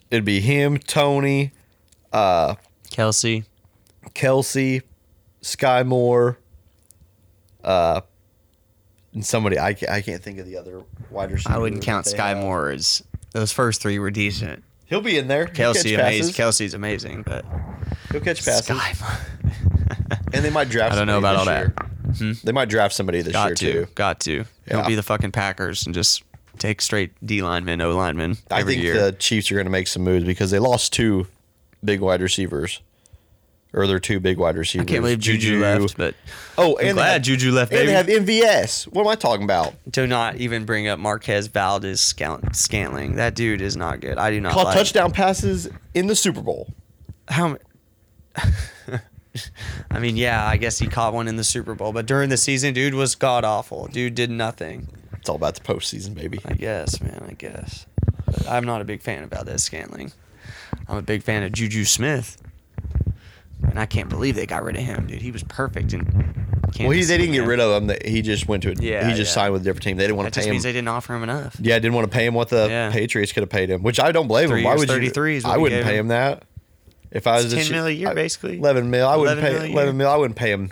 It'd be him, Tony, uh,
Kelsey.
Kelsey, Sky Moore, uh, and somebody. I, ca- I can't think of the other wide receiver.
I wouldn't
that
count
they
Sky
have.
Moore as those first three were decent.
He'll be in there. He'll
Kelsey
catch
amazing.
passes.
Kelsey's amazing, but
He'll catch passes.
Sky Moore.
And they might draft.
I don't know
somebody
about all Hmm?
this year. They might draft somebody this year
got to,
too.
got to.
Yeah.
Don't be the fucking Packers and just take straight D linemen, O linemen
I
every
think
year.
the Chiefs are going to make some moves because they lost two big wide receivers, or their two big wide receivers.
I can't believe Juju, left, but
Oh,
I'm
and
glad
they have,
Juju left,
And
baby.
they have MVS. What am I talking about?
Do not even bring up Marquez Valdez Scal- Scantling. That dude is not good. I do not
Caught
like.
touchdown passes in the Super Bowl.
How? m- I mean, yeah, I guess he caught one in the Super Bowl, but during the season, dude was god awful. Dude did nothing.
It's all about the postseason, baby.
I guess, man. I guess. But I'm not a big fan about that Scantling. I'm a big fan of Juju Smith, and I can't believe they got rid of him, dude. He was perfect. And
Well, he, they didn't get rid of him. They- He just went to. A,
Yeah,
he just
yeah.
signed with a different team. They didn't want
That
to
just
pay him.
means they didn't offer him enough.
yeah, didn't want to pay him what the
Yeah.
Patriots could have paid him, which I don't blame
Three
him. Why
years,
would you?
33 is what
I
we
wouldn't
gave
pay
him.
him that. If I was the
10
Chi-
mil a year,
I-
basically.
eleven mil, I wouldn't
11
pay
mil a year.
eleven mil. I wouldn't pay him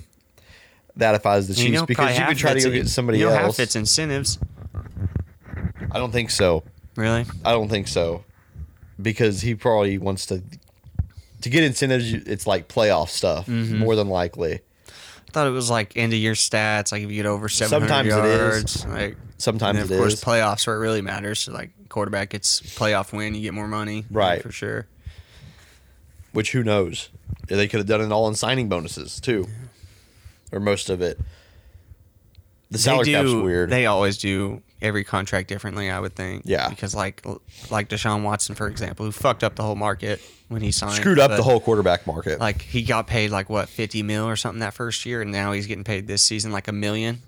that if I was the
You
Chiefs
know, probably
because you
half
could try to
of
go
it's-
get somebody
you know,
else.
Half it's incentives,
I don't think so.
really.
I don't think so, because he probably wants to to get incentives. you- It's like playoff stuff
Mm-hmm.
more than likely.
I thought it was like end of year stats, like if you get over seven hundred
Sometimes it is.
yards. Like
Sometimes
and
it
of course
is.
playoffs where it really matters. So like quarterback gets playoff win, you get more money,
Right.
For sure.
Which who knows? They could have done it all in signing bonuses too, or most of it. The salary
they do,
cap's weird.
They always do every contract differently, I would think.
Yeah.
Because like like Deshaun Watson, for example, who fucked up the whole market when he signed,
Screwed up
but,
the whole quarterback market.
Like he got paid like what fifty mil or something that first year, and now he's getting paid this season like a million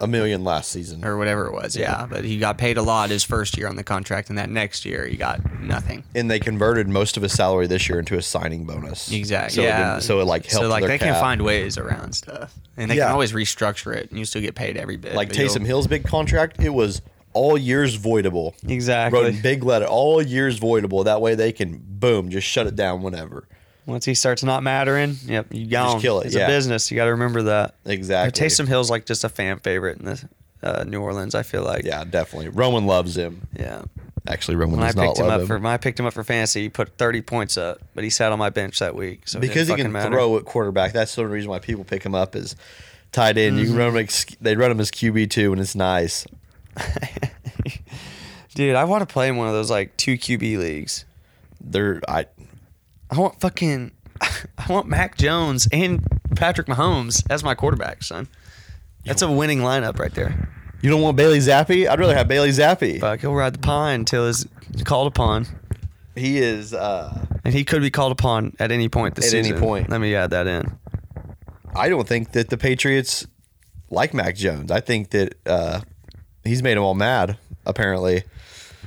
a million last season.
or whatever it was. Yeah. But he got paid a lot his first year on the contract, and that next year he got nothing.
and they converted most of his salary this year into a signing bonus.
Exactly.
So it
yeah.
didn't- so it like helped.
So like
their
they
cap.
can find ways around stuff, and they
Yeah.
can always restructure it, and you still get paid every bit.
like
but you'll-
Taysom Hill's big contract. It was all years voidable.
Exactly.
Wrote in big letter, all years voidable. That way they can boom, just shut it down whenever.
Once he starts not mattering, yep, you gone.
kill it,
It's
yeah.
a business. You got to remember that.
Exactly.
Taysom Hill's like just a fan favorite in the uh, New Orleans. I feel like.
Yeah, definitely. Roman loves him.
Yeah.
Actually, Roman
When I
does not
picked him
love
up
him
for when I picked him up for fantasy, he put thirty points up, but he sat on my bench that week. So it
because he can
didn't fucking matter.
throw at quarterback. That's the only reason why people pick him up is tied in. You can run him. Ex- they run him as QB two, and it's nice.
Dude, I want to play in one of those like two QB leagues.
They're I.
I want fucking, I want Mac Jones and Patrick Mahomes as my quarterback, son. That's a winning lineup right there.
You don't want Bailey Zappi? I'd rather have Bailey Zappi.
Fuck, he'll ride the pine till he's called upon,
he is. uh
and he could be called upon at any point this
At any
season.
point.
let me add that in.
I don't think that the Patriots like Mac Jones. I think that uh, he's made them all mad. Apparently,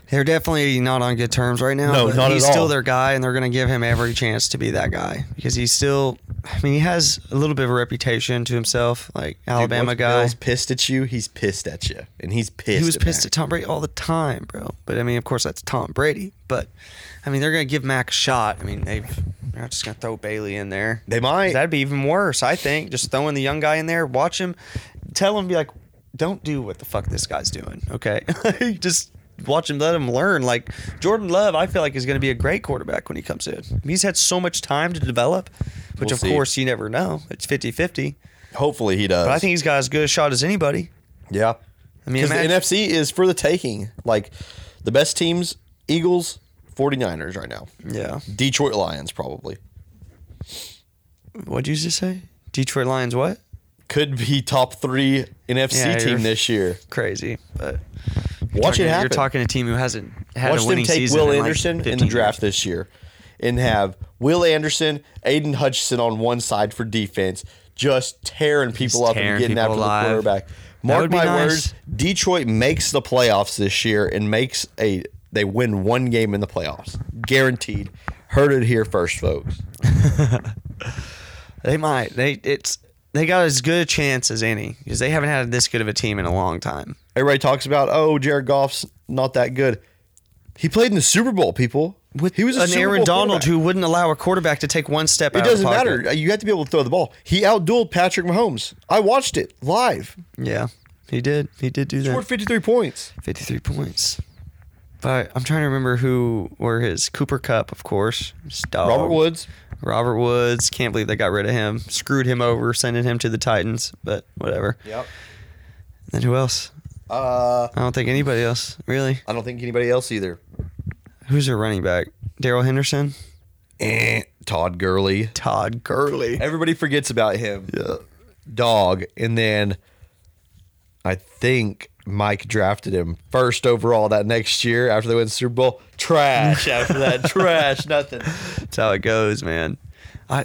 They're definitely not on good terms right now.
No,
but
not at
he's
all.
still their guy, and they're going to give him every chance to be that guy because he's still. I mean, he has a little bit of a reputation to himself, like Alabama
Once
guy.
Bill's pissed at you. He's pissed at you, and he's pissed.
He was
at
pissed
Mac.
at Tom Brady all the time, bro. But I mean, of course, that's Tom Brady. But I mean, they're going to give Mac a shot. I mean, they've. They're not just going to throw Bailey in there.
They might.
That'd be even worse, I think. Just throwing the young guy in there, watch him, tell him, be like, don't do what the fuck this guy's doing, okay? just watch him, let him learn. Like, Jordan Love, I feel like is going to be a great quarterback when he comes in. He's had so much time to develop, which
We'll
of
see.
course you never know. It's 50 50.
Hopefully, he does.
But I think he's got as good a shot as anybody.
yeah.
I mean,
Because the
imagine-
NFC is for the taking. Like the best teams, Eagles, 49ers right now.
Yeah.
Detroit Lions probably
What'd you just say? Detroit Lions, what?
could be top three NFC
Yeah,
team
you're-
this year.
Crazy. But you're
Watch
talking-
it happen.
You're talking to a team who hasn't had
Watch
a
them
winning
take
season
Will
in, like,
Anderson in the
15 years.
draft this year and have Will Anderson, Aiden Hutchinson on one side for defense, just tearing people up
tearing
and getting
people
after
alive.
the quarterback.
would
Mark
be
my
nice.
words, Detroit makes the playoffs this year and makes a they win one game in the playoffs. Guaranteed. Heard it here first, folks.
They might. They it's they got as good a chance as any because they haven't had this good of a team in a long time.
Everybody talks about, oh, Jared Goff's not that good. He played in the Super Bowl, people. he was a
an
Super
Aaron
Bowl
Donald
quarterback.
who wouldn't allow a quarterback to take one step.
It
out
doesn't
of the pocket.
matter. You have to be able to throw the ball. He outdueled Patrick Mahomes. I watched it live.
Yeah, he did. He did do
Scored
that.
53 points.
Fifty-three points. But I'm trying to remember who were his Cooper Cup, of course. His dog.
Robert Woods.
Robert Woods. Can't believe they got rid of him. Screwed him over, sending him to the Titans. But whatever.
Yep.
Then who else?
Uh,
I don't think anybody else really.
I don't think anybody else either.
Who's their running back? Daryl Henderson.
Eh, Todd Gurley.
Todd Gurley.
Everybody forgets about him. Dog. And then I think Mike drafted him first overall that next year after they win the Super Bowl. Trash after that. Trash. Nothing.
That's how it goes, man. I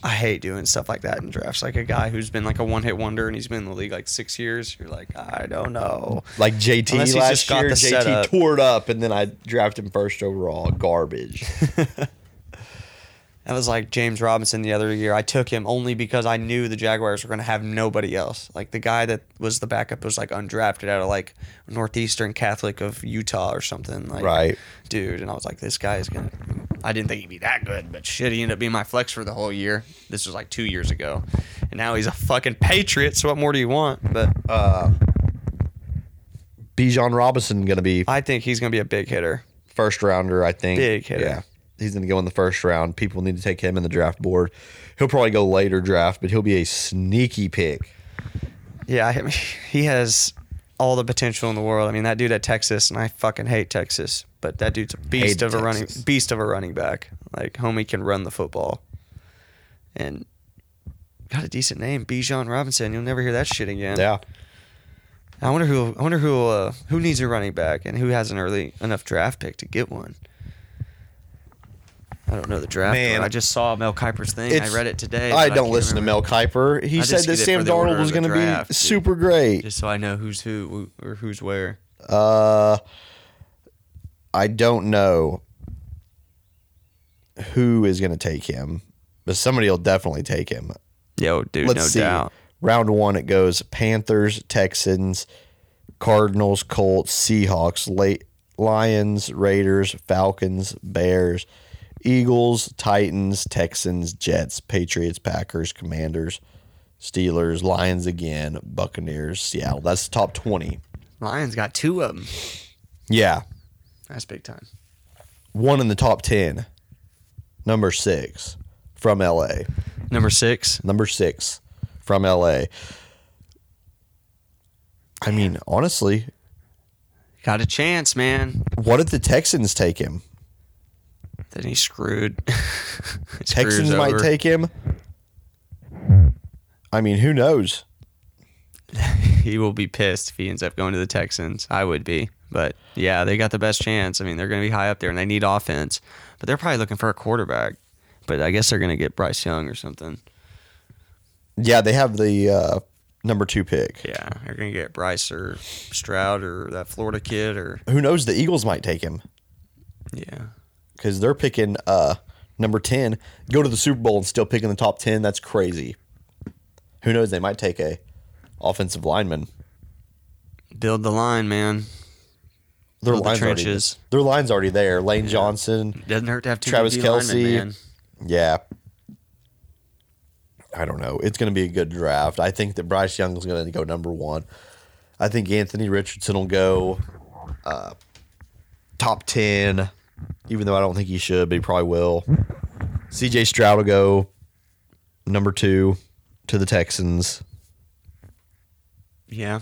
I hate doing stuff like that in drafts. Like a guy who's been like a one hit wonder and he's been in the league like six years. You're like, I don't know.
Like JT
Unless he's
last
just got
year.
the
JT
setup.
tore it up, and then I drafted him first overall. Garbage.
That was like James Robinson the other year. I took him only because I knew the Jaguars were going to have nobody else. Like the guy that was the backup was like undrafted out of like Northeastern Catholic of Utah or something. Like,
Right.
dude. And I was like, this guy is going to
I didn't think he'd be that good, but shit, he ended up being my flex for the whole year. This was like two years ago, and now he's a fucking patriot.
So what more do you want? But
Uh, Bijan Robinson going to be
I think he's going to be a big hitter.
first rounder, I think.
Big hitter.
Yeah. He's going to go in the first round. People need to take him in the draft board. He'll probably go later draft, but he'll be a sneaky pick.
Yeah, I mean, he has all the potential in the world. I mean, that dude at Texas, and I fucking hate Texas, but that dude's a beast
Hate
of a running
Texas.
beast of a running back. Like homie can run the football, and got a decent name, Bijan Robinson. You'll never hear that shit again.
Yeah.
I wonder who I wonder who uh, who needs a running back and who has an early enough draft pick to get one. I don't know the draft.
Man,
order. I just saw Mel Kiper's thing. I
it's-
read it today.
I
but
don't
can't
listen
remember.
to Mel Kiper. He
I
said
just
that
get it
Sam
for the order
Darnold
of
was
the
going to
draft,
be
dude.
super great.
Just so I know who's who or who's where.
Uh, I don't know who is going to take him, but somebody will definitely take him.
Yo, dude,
Let's
no
see.
doubt.
Round one, it goes Panthers, Texans, Cardinals, Colts, Seahawks, late Lions, Raiders, Falcons, Bears, Eagles, Titans, Texans, Jets, Patriots, Packers, Commanders, Steelers, Lions again, Buccaneers, Seattle. That's the top twenty.
Lions got two of them.
Yeah,
That's big time.
one in the top ten. Number six from LA.
Number six.
number six from LA. I mean, honestly,
Got a chance, man.
what if the Texans take him?
Then he's screwed. His
Texans
career's
might
over.
take him. I mean, who knows?
He will be pissed if he ends up going to the Texans. I would be. But yeah, they got the best chance. I mean, they're going to be high up there and they need offense. But they're probably looking for a quarterback. But I guess they're going to get Bryce Young or something.
Yeah, they have the uh, number two pick.
Yeah, they're going to get Bryce or Stroud or that Florida kid or.
Who knows? The Eagles might take him
Yeah.
because they're picking uh, number 10. Go to the Super Bowl and still pick in the top 10. That's crazy. Who knows? They might take a offensive lineman.
Build the line, man.
Their
Well, the
line's already,
trenches.
their line's already there. Lane Johnson.
Doesn't hurt to have two
Travis
good D linemen,
Kelce.
man.
Yeah. I don't know. It's going to be a good draft. I think that Bryce Young is going to go number one. I think Anthony Richardson will go uh, top 10, even though I don't think he should, but he probably will. CJ Stroud will go number two to the Texans.
Yeah.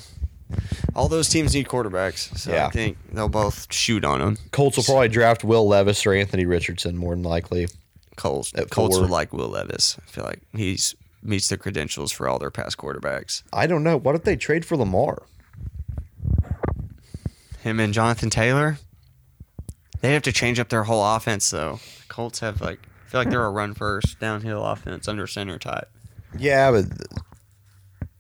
All those teams need quarterbacks, so
Yeah.
I think they'll both
Shoot on him.
Colts will probably draft Will Levis or Anthony Richardson more than likely.
Colts.
At
Colts
four.
were like Will Levis. I feel like he's meets the credentials for all their past quarterbacks.
I don't know. What if they trade for Lamar?
Him and Jonathan Taylor. They have to change up their whole offense though. The Colts have like I feel like they're a run first downhill offense under center type.
Yeah, but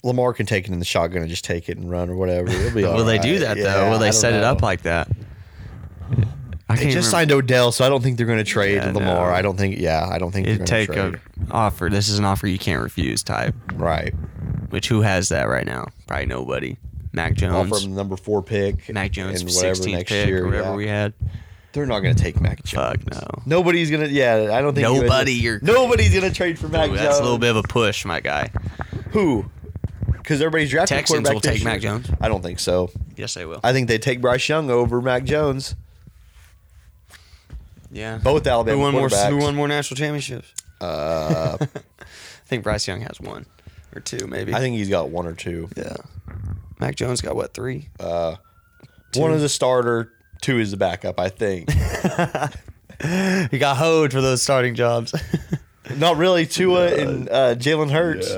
Lamar can take it in the shotgun and just take it and run or whatever. It'll be all
Will they do
right.
that
Yeah,
though? Will
I
they
don't
set it up
know.
like that? I
they just signed Odell, so I don't think they're going to trade
Yeah,
Lamar.
no.
I don't think. Yeah, I don't think
It'd
they're
take
going to
a
trade.
offer. This is an offer you can't refuse type.
right.
Which who has that right now? Probably nobody. Mac Jones.
Offer him the number four pick.
Mac Jones,
and whatever
16th
next
pick
year.
or whatever
yeah.
we had.
They're not going to take Mac Jones.
Fuck no.
Nobody's going to. Yeah, I don't think you would-
Nobody, you're-
nobody's going to trade for Mac
Ooh,
Jones.
that's a little bit of a push, my guy.
Who? Because everybody's drafting
Texans will
quarterback this
take Mac
year.
Jones.
I don't think so.
Yes, they will.
I think they take Bryce Young over Mac Jones.
yeah.
Both Alabama
Who won more?
quarterbacks.
Who won more national championships? Uh, I think Bryce Young has one or two, maybe.
I think he's got one or two.
Yeah. Uh, Mac Jones got what three?
One is a starter, two is the backup, I think.
he got hoed for those starting jobs.
Not really Tua and uh, Jalen Hurts.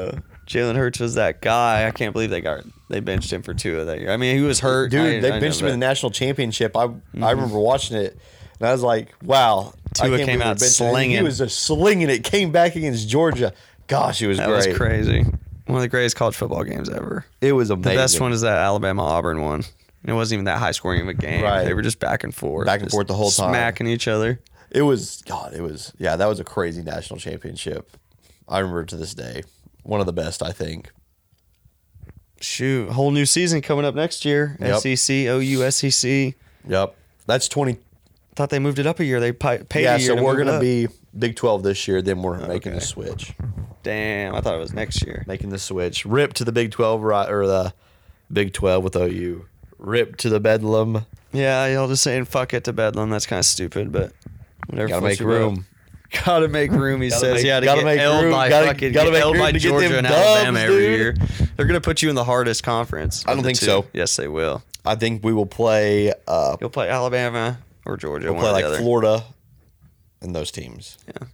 Jalen Hurts was that guy. I can't believe they got they benched him for two of that year. I mean, he was hurt,
Dude,
I-
they
I
benched
know,
him in the
but
national championship. I I remember watching it and I was like, wow. I
Tua
can't
came
believe
out
they benched him. And He
slinging.
was just slinging it. Came back against Georgia. Gosh, it was
That
great.
was crazy. One of the greatest college football games ever.
It was amazing.
The best one is that Alabama Auburn one. It wasn't even that high scoring of a game.
Right.
They were just back and forth,
Back and
just
forth the whole time.
smacking each other.
It was God. It was yeah. That was a crazy national championship. I remember to this day. One of the best, I think.
Shoot, whole new season coming up next year. E
Yep.
SEC, OU, SEC.
Yep. That's twenty.
Thought they moved it up a year. They pi- paid
Yeah.
a year.
So
to
we're
move it
gonna
up. Oh,
be Big Twelve this year. Then we're making the
Okay.
switch.
Damn, I thought it was next year.
Making the switch. Rip to the Big Twelve right or the Big Twelve with OU. Rip to the Bedlam.
Yeah, y'all just saying fuck it to Bedlam. That's kind of stupid, but whatever.
Gotta
floats
make
your boat.
room.
Gotta make room. He
Gotta
says,
make-
yeah, to
gotta
get
make
held
room.
by
Gotta-
fucking
gotta
get
make
held
room
by
to get
Georgia
them
and
dubs,
Alabama every
dude.
year. They're gonna put you in the hardest conference.
I
of
don't
the
think
two.
so.
Yes, they will.
I think we will play. Uh,
You'll play Alabama or Georgia.
we'll
one
play
or
like
the other.
Florida and those teams.
Yeah.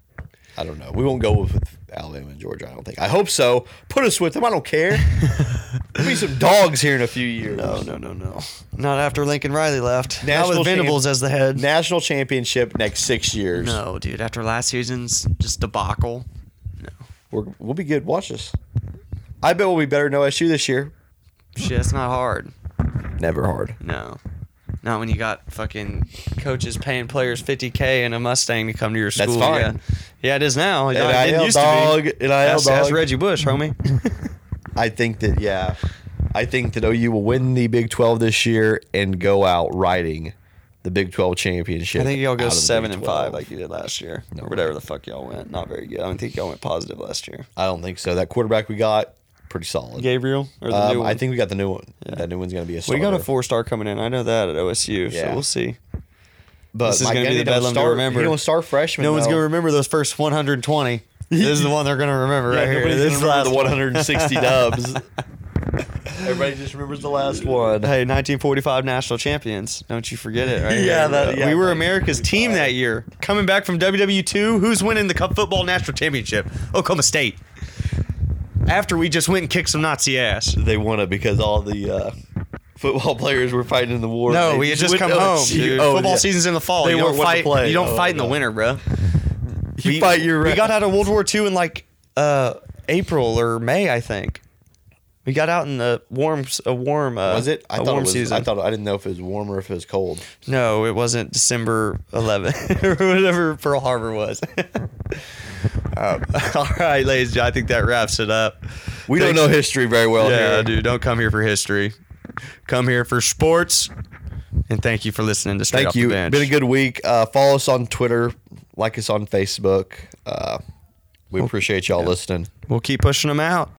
I don't know. We won't go with Alabama and Georgia. I don't think. I hope so. Put us with them. I don't care. We'll be some dogs here in a few years.
No, no, no, no. Not after Lincoln Riley left. now
National
with
champ-
Venables as the head.
National championship next six years.
No, dude. After last season's just debacle,
We're, we'll be good. Watch us. I bet we'll be better than OSU this year.
shit, it's not hard.
Never hard.
No. Not when you got fucking coaches paying players 50k and a Mustang to come to your school.
fine.
Yeah. yeah, it is now. It
NIL
didn't used
dog.
to be.
NIL
That's,
dog.
that's Reggie Bush, homie.
I think that yeah, I think that OU will win the Big Twelve this year and go out riding the Big Twelve championship.
I think y'all
out
go
of the
seven
Big
and five
12.
like you did last year, or whatever the fuck y'all went. Not very good. I don't think y'all went positive last year.
I don't think so. That quarterback we got pretty solid.
Gabriel or the new
Um,
one?
I think we got the new one. That new one's gonna be a.
we
Starter.
got a four star coming in. I know that at OSU,
Yeah.
so we'll see.
But
this is
Mike
gonna be
Kennedy
the
don't
bedlam to
start,
remember.
He don't start freshman.
No one's
though.
gonna remember those first 120. this is the one they're gonna remember right here.
nobody's
This
gonna remember
last
the
one.
160 dubs. Everybody just remembers the last one.
Hey, 1945 national champions. Don't you forget it, right?
Yeah,
here.
that- yeah,
we were
1945.
America's team that year. Coming back from WW2, who's winning the Cup Football National Championship? Oklahoma State. After we just went and kicked some Nazi ass.
They won it because all the uh, football players were fighting in the war.
No,
They
we had just
went
come
to
home.
LSU.
Dude.
Oh,
Football
yeah.
season's in the fall.
They
you don't
weren't wanting
fight.
to play.
You don't
Oh,
fight in the
no.
winter, bro.
You
we,
fight your.
we got out of World War II in like uh, April or May, I think. We got out in the warm, a warm, uh,
Was it? I
a
thought it
warm
was.
season.
I thought I didn't know if it was warm or if it was cold.
No, it wasn't December 11th or whatever Pearl Harbor was. Um, all right, ladies, and gen- I think that wraps it up.
We
Thanks-
don't know history very well
Yeah,
here.
dude, don't come here for history. Come here for sports. And thank you for listening to Straight
Thank
Off
you.
The bench.
Been a good week. Uh, follow us on Twitter. Like us on Facebook. Uh, we appreciate y'all listening.
we'll keep pushing them out.